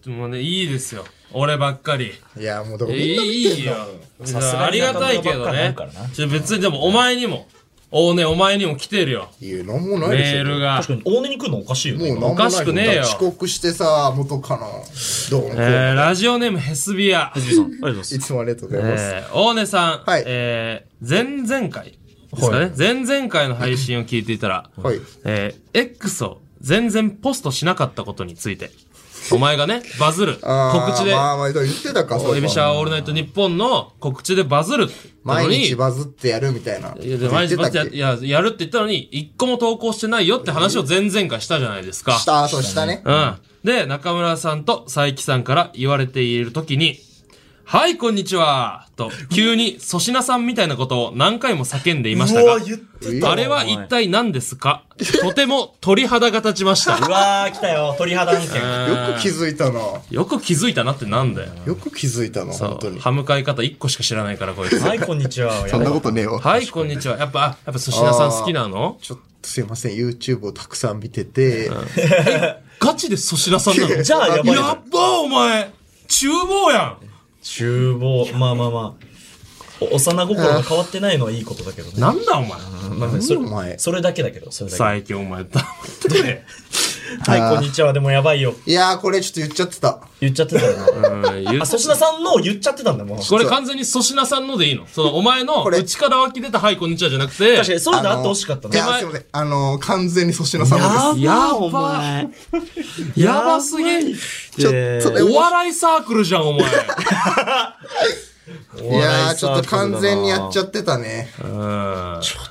もうねいいですよ俺ばっかりいやもうどこいみんな見いてんいよさすがあにりがたいけ中どね村ばっかりなんかなちょ別にでもお前にもおうねお前にも来てるよいやなんもないでしメーょルが確かに大根に来るのおかしいよねもうなんもないおかしくねえよ遅刻してさ元カノどうも、えー、ラジオネームヘスビア今ありがとうございまいつもありがとうございます、えー、大根さん、はいえー、前々回ですかね、前々回の配信を聞いていたら、はいえー、X を全然ポストしなかったことについて、お前がね、バズる。あー告知で、まあまあ言ってたかそういエえばビシャーオールナイトニッポンの告知でバズるって言った毎のに。日バズってやるみたいないや、でも毎日バズって言や、いや、やるって言ったのに、一個も投稿してないよって話を前々回したじゃないですか。下そうしたねうん。で、中村さんと佐伯さんから言われているときに、はい、こんにちはと、急に粗品さんみたいなことを何回も叫んでいましたうわが、言ってあれは一体何ですかとても鳥肌が立ち *laughs* ましたう。わー来たよ鳥肌案件よく気づいたなよく気づいたなってなんだよ。よく気づいたなそ本当う。に歯向かい方一個しか知らないから、こいつ。はいこんにちはそんなことねえよはい、こんにちは。やっぱ、あやっぱ粗品さん好きなのちょっとすいません YouTube をたくさん見てて、ガチで粗品さんなのじゃあやばいやっばお前厨房やん厨房まあまあまあ幼心が変わってないのはいいことだけどね。なんだお前。まあねそれお前それだけだけど、それだけ。最近お前、だではい、こんにちは。でもやばいよ。いやー、これちょっと言っちゃってた。言っちゃってたよな。あ、粗品さんの言っちゃってたんだもん。 *laughs* これ完全に粗品さんのでいいのそのお前のれ内から湧き出た「はいこんにちは」じゃなくて確かに、そういうのあのってほしかったいやな。ー、すいません。あのー、完全に粗品さんのでやばやばすぎす。ちょっと、それお笑いサークルじゃんお前いやー、ちょっと完全にやっちゃってたね。うんちょっ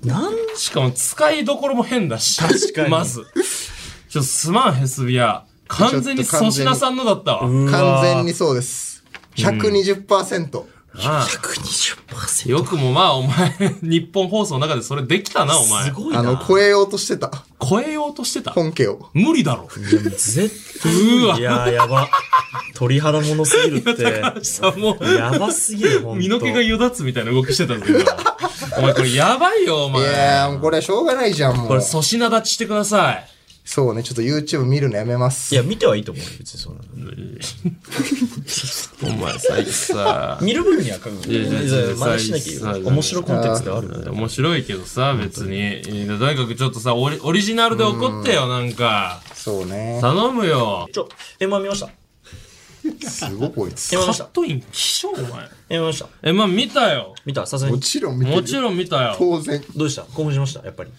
となんしかも使いどころも変だし確かにまずちょっとすまんヘスビア完全に粗品さんのだったわ完全にそうです。120%。ああ120%。よくもまあお前日本放送の中でそれできたなお前すごいあの、な。超えようとしてた。超えようとしてた本家を。無理だろ絶対。いやー、やば。鳥肌ものすぎる *laughs* って。さもうやばすぎる、ほんと。身の毛がよだつみたいな動きしてたんだけ *laughs* ど。お前これやばいよ、おいやー、前。もうこれはしょうがないじゃん、もこれう。粗品立ちしてください。そうね、ちょっと YouTube 見るのやめます。いや、見てはいいと思うよ別にそんなお前最近さ。見る分にはかんない。いやいやいや真似しなきゃいいよ。面白コンテンツではある。 *laughs* 面白いけどさ、別に。いやとにかくちょっとさ、オリオリジナルで怒ってよ、なんか。そうね。頼むよ。ちょ、M1 見ました。すごいこいつ。 M1 見カました。ットイン、希少、お前。 M1 見ました。え、まあ見たよ。見たさすがもに。ちろん見てる。もちろん見たよ。当然。どうでした興奮しましたやっぱり。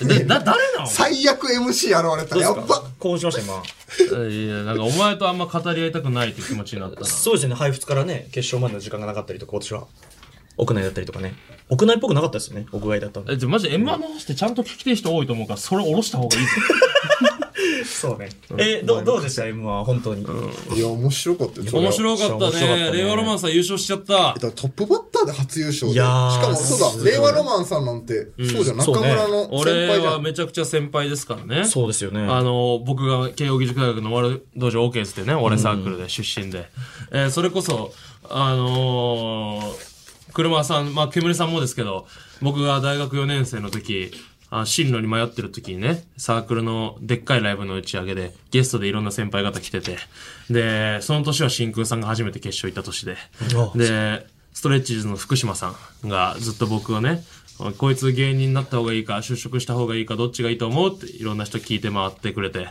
でだ、誰なの最悪 MC 現れた。どうでやすっかば。興奮しました今。いや、なんかお前とあんま語り合いたくないって気持ちになったな。そうですね、配布からね、決勝までの時間がなかったりとか、今年は。屋内だったりとかね。屋内っぽくなかったですよね、屋外だったんで。え、じゃ、マジ M1 の話ってちゃんと聞きたい人多いと思うから、それ下ろした方がいいぞ。そうね。え、どう、どうでした ?M は、本当に。いや、面白かったよ。面白かった面白かったね。ね令和ロマンさん優勝しちゃっただ。からトップバッターで初優勝で。いしやーかも、そうだ、令和ロマンさんなんて、そうじゃん、中そうね村の先俺輩じゃはん。めちゃくちゃ先輩ですからね。そうですよね。あの、僕が慶應義塾大学のワールド道場 OK ってね、俺サークルで出身で。えーそれこそ、あのー車さん、まあ、煙さんもですけど、僕が大学4年生の時、あ進路に迷ってる時にね、サークルのでっかいライブの打ち上げで、ゲストでいろんな先輩方来てて、で、その年は真空さんが初めて決勝行った年で、で、ストレッチーズの福島さんがずっと僕をね、おいこいつ芸人になった方がいいか、就職した方がいいか、どっちがいいと思うっていろんな人聞いて回ってくれて。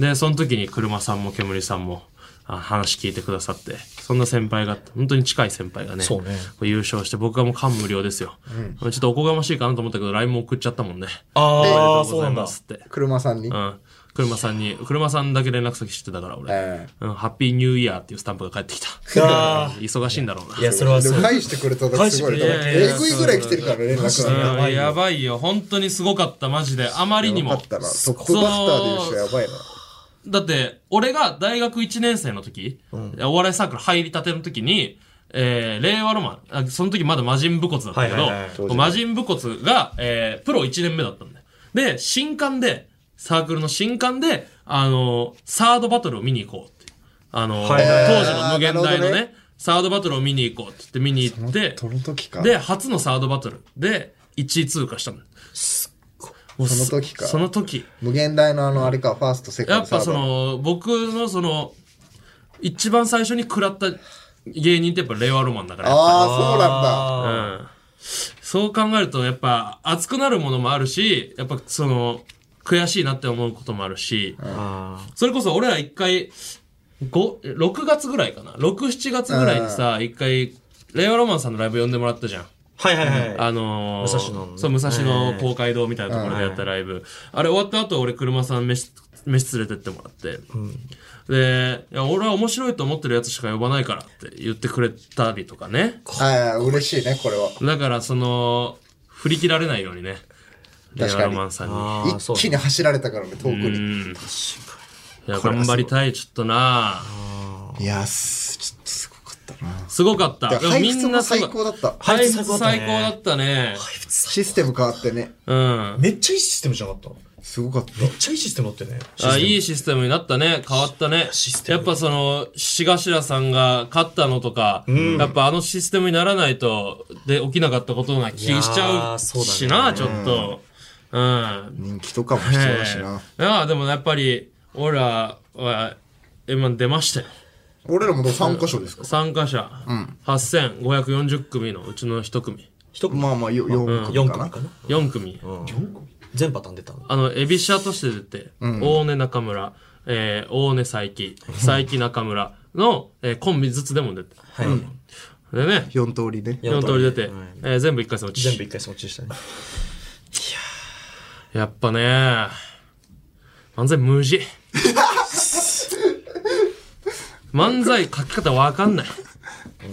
で、その時に車さんも煙さんもあ話聞いてくださって、そんな先輩が、本当に近い先輩がね、そうねこう優勝して僕はもう感無量ですよ、ちょっとおこがましいかなと思ったけど、LINE も送っちゃったもんね。あおめでとうございますって。車さんにう。ん。車さんに、車さんだけ連絡先知ってたから俺、えうん、ハッピーニューイヤーっていうスタンプが返ってきた。あ忙しいんだろうな。 *laughs* ーいや、それはでそうも。返してくれただけすごい。返してくれたえぐいぐらい来てるから連絡が。うんやばいよ。本当にすごかった、マジで。あまりによかもっ。たな。トップバッターで優勝やばいな。だって、俺が大学1年生の時、お笑いサークル入りたての時に、えー、令和ロマンあ、その時まだ魔人武骨だったけはいはいはいど、魔人武骨が、えー、プロ1年目だったんだよ。で、新刊で、サークルの新刊で、あのーサードバトルを見に行こうって。あのーはいはい当時の無限大のなるほどねねサードバトルを見に行こうって言って見に行って、その時か。で、初のサードバトルで1位通過したの。もうそその時かその時。無限大のあの、あれか、ファースト、セカやンド、っサぱーそド。の、僕のその、一番最初に食らった芸人ってやっぱ令和ロマンだから。あうあん。そう考えると、やっぱ熱くなるものもあるし、やっぱその、悔しいなって思うこともあるし、ーあそれこそ俺ら一回、ご6月ぐらいかな。6、7月ぐらいにさ、一回、令和ロマンさんのライブ呼んでもらったじゃん。ー。はいはいはあのー武蔵野のねそう、武蔵野公会堂みたいなところでやったライブ。あれ終わった後、俺、車さん飯、飯連れてってもらって。で、いや、俺は面白いと思ってるやつしか呼ばないからって言ってくれたりとかね。あー、嬉しいね、これは。だから、その、振り切られないようにね。レ確アかにロマンさんに。い。あー一そう気に走られたからね、遠くに。いや、頑張りたい、ちょっとないやー、すちょっとすごかったな。すごかった。ででも配み布んもなす最ごい高だった。配布配布最最高高だだったね。システム変わってね。うん。めっちゃいいシステムじゃなかっためすごかった。っちゃいいシステムだったよね。あいいシステムになったね。変わったねシス。テムやっぱその、しがしらさんが勝ったのとか、やっぱあのシステムにならないと、で、起きなかったことな気しちいゃやーうそうだねしな、ちょっと。うん。人気とかも必要だしな。ああ、でもやっぱり、俺らは、M1 出ましたよ。俺らも3箇所ですか参加者、8540組のうちの1組、一組まあまあよ4組4かな組かな4組、全パターン出たのあの、エビシャとして出て、大根中村、えー大根佐伯、佐伯中村の、えーコンビずつでも出て。はい、でね、 4通りね4通り出て、えー全部1回戦落全部ち。一回そっちでしたねやっぱね、漫才無事。漫才書き方わかんない。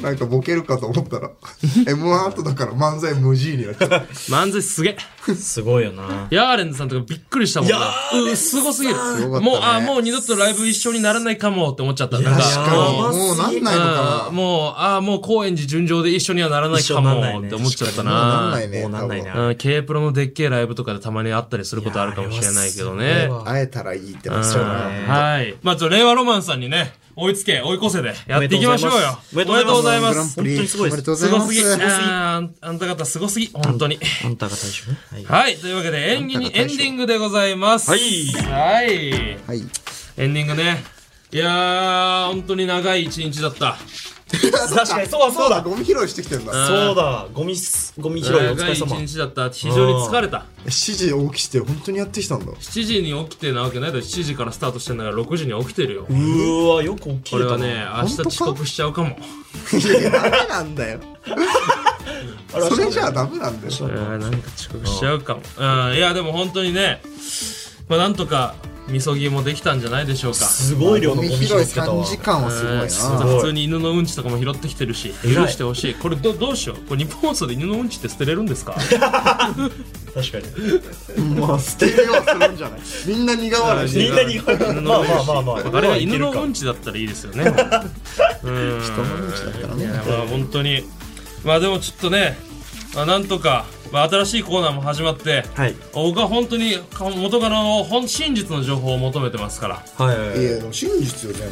なんかボケるかと思ったら *laughs* m 1後だから漫才無事になっ *laughs* ちゃう漫才すげえ。すごいよなヤーレンズさんとかびっくりしたもんな。うん、すごすぎる。ごかったねもう、あもう二度とライブ一緒にならないかもって思っちゃった。なんか、確かにもうなんないのあかーもう、あーもう高円寺順調で一緒にはならないか一緒にならないもねって思っちゃったななな。んないねもうなんない多ね分なうん、K プロのでっけえライブとかでたまにあったりすることあるかもしれないけどね。会えたらいいってなっちゃうんうなはい。まあ、ちょ、令和ロマンさんにね、追いつけ、追い越せで、やっていきましょうよ。おめでとうございグまランすプリ本当にすごいですおめでとうござすいまごすすぎ。あーあんた方すごすぎ、本当に。あんたが大丈夫はいはい。というわけで、演技に、エンディングでございます。はいはい。はいエンディングね。いやー、本当に長い一日だった。確かにそうだそうだゴミ拾いしてきてんだそうだゴミすゴミ拾いお疲長いれ一様日だった。非常に疲れた。指示を起きて本当にやってきたんだ7時に起きてなわけないだろ。7時からスタートしてんだから6時には起きてるよ。うーわよく起きこれれたはねね、明日遅刻しちゃうかも。 *laughs* いやダメなんだよあらそれじゃあダメなんだよえーなんか遅刻しちゃうかも。うん、いや、でも本当にね、まあなんとか、みそぎもできたんじゃないでしょうか。すごい量のゴゴミ拾ミい拾いつけた3わ時間はすごいえなー普通に犬のうんちとかも拾ってきてるし許偉いしてほしいこれどどうしようこれ日本放送で犬のうんちって捨てれるんです *laughs* か確かにまあ捨てるようするんじゃないみんな苦笑いしてみんなにまあまあまあまああれは犬のまあういんちだったらいいですよ *laughs* ねうん人のうんちだったらねまあ本当にまあでもちょっとね、まあ、なんとか、まあ、新しいコーナーも始まって、けるかはい僕は本当にか元カノの本真実の情報を求めてますからはいはいはいいやでも真実よ全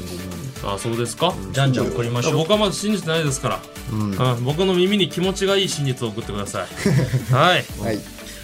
部あそうですか、じゃんじゃん送りましょう僕はまだ信じてないですから、うん僕の耳に気持ちがいい真実を送ってくださ *laughs* いはいはい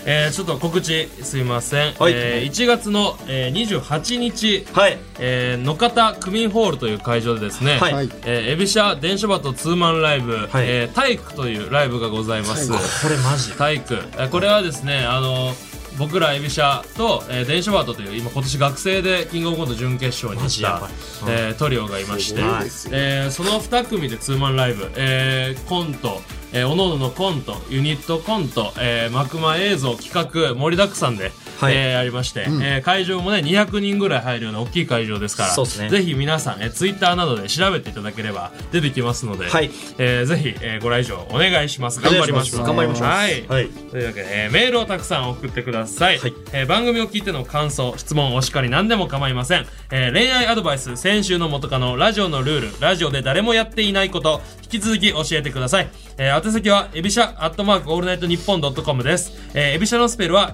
えー、ちょっと告知すいません、はいえー1月の、えー、28日、はいえー、野方区民ホールという会場でですね、はいはいえー、エビシャ電書バトツーマンライブ、はいえー体育というライブがございます、これマジ体育、えーこれはですねあの僕らエビシャと、えー、電書バトという今今年学生でキングオブコント準決勝にマしジたやばい、えートリオがいまして、そうですよえーその2組でツーマンライブ、えーコント、えー、おののコントユニットコント、えー、幕間映像企画盛りだくさんで、はいえーありまして、えー会場もね200人ぐらい入るような大きい会場ですからそうっすねぜひ皆さん、えー、ツイッターなどで調べていただければ出てきますので、はいえーぜひ、えーご来場お願いします頑張りますお願いします頑は張いりましょうはいというわけで、えーメールをたくさん送ってください、はいえー番組を聞いての感想質問お叱り何でも構いません、えー恋愛アドバイス先週の元カノラジオのルールラジオで誰もやっていないこと引き続き教えてください、えー宛先はエビシャアットマークオールナイトニッポンドットコムです、えーエビシャのスペルは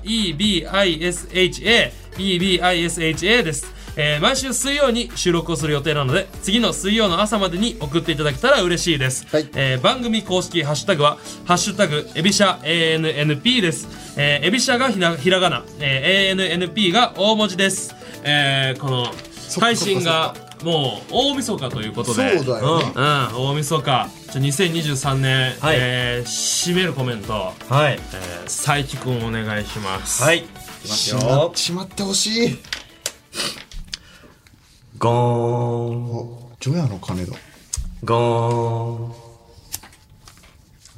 EBISHA EBISHA ですえー毎週水曜に収録をする予定なので次の水曜の朝までに送っていただけたら嬉しいです、はいえー番組公式ハッシュタグは「ハッシュタグエビシャ ANNP」です、えー、エビシャがひらひらがな、えー ANNP が大文字です、えーこの配信がもう大晦日ということそうだでよねうん、大晦日ちょ2023年、はいえー締めるコメント、はいえー、佐伯くんお願いしますはいいきますしまよっしまってほしいゴーンおジョヤの鐘だゴ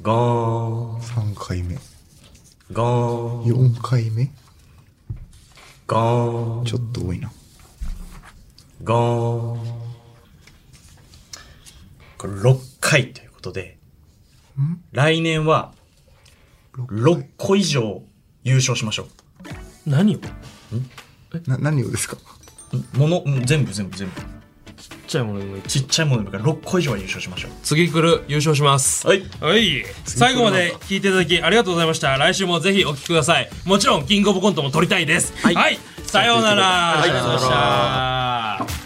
ーン。ゴーン。 3回目ゴーン。 4回目ゴーン。ちょっと多いなゴーン。これ6回ということで、来年は6個以上優勝しましょ何をちっな何をですかう。もの、うん全部全部全部。ちゃいものでもいいちっちゃいものだから6個以上は優勝しましょ次来る優勝しますう。はい。はい。最後まで聞いていただきありがとうございました。来週もぜひお聞きください。もちろん、キングオブコントも撮りたいです。はい。さようなら。ありがとうございました。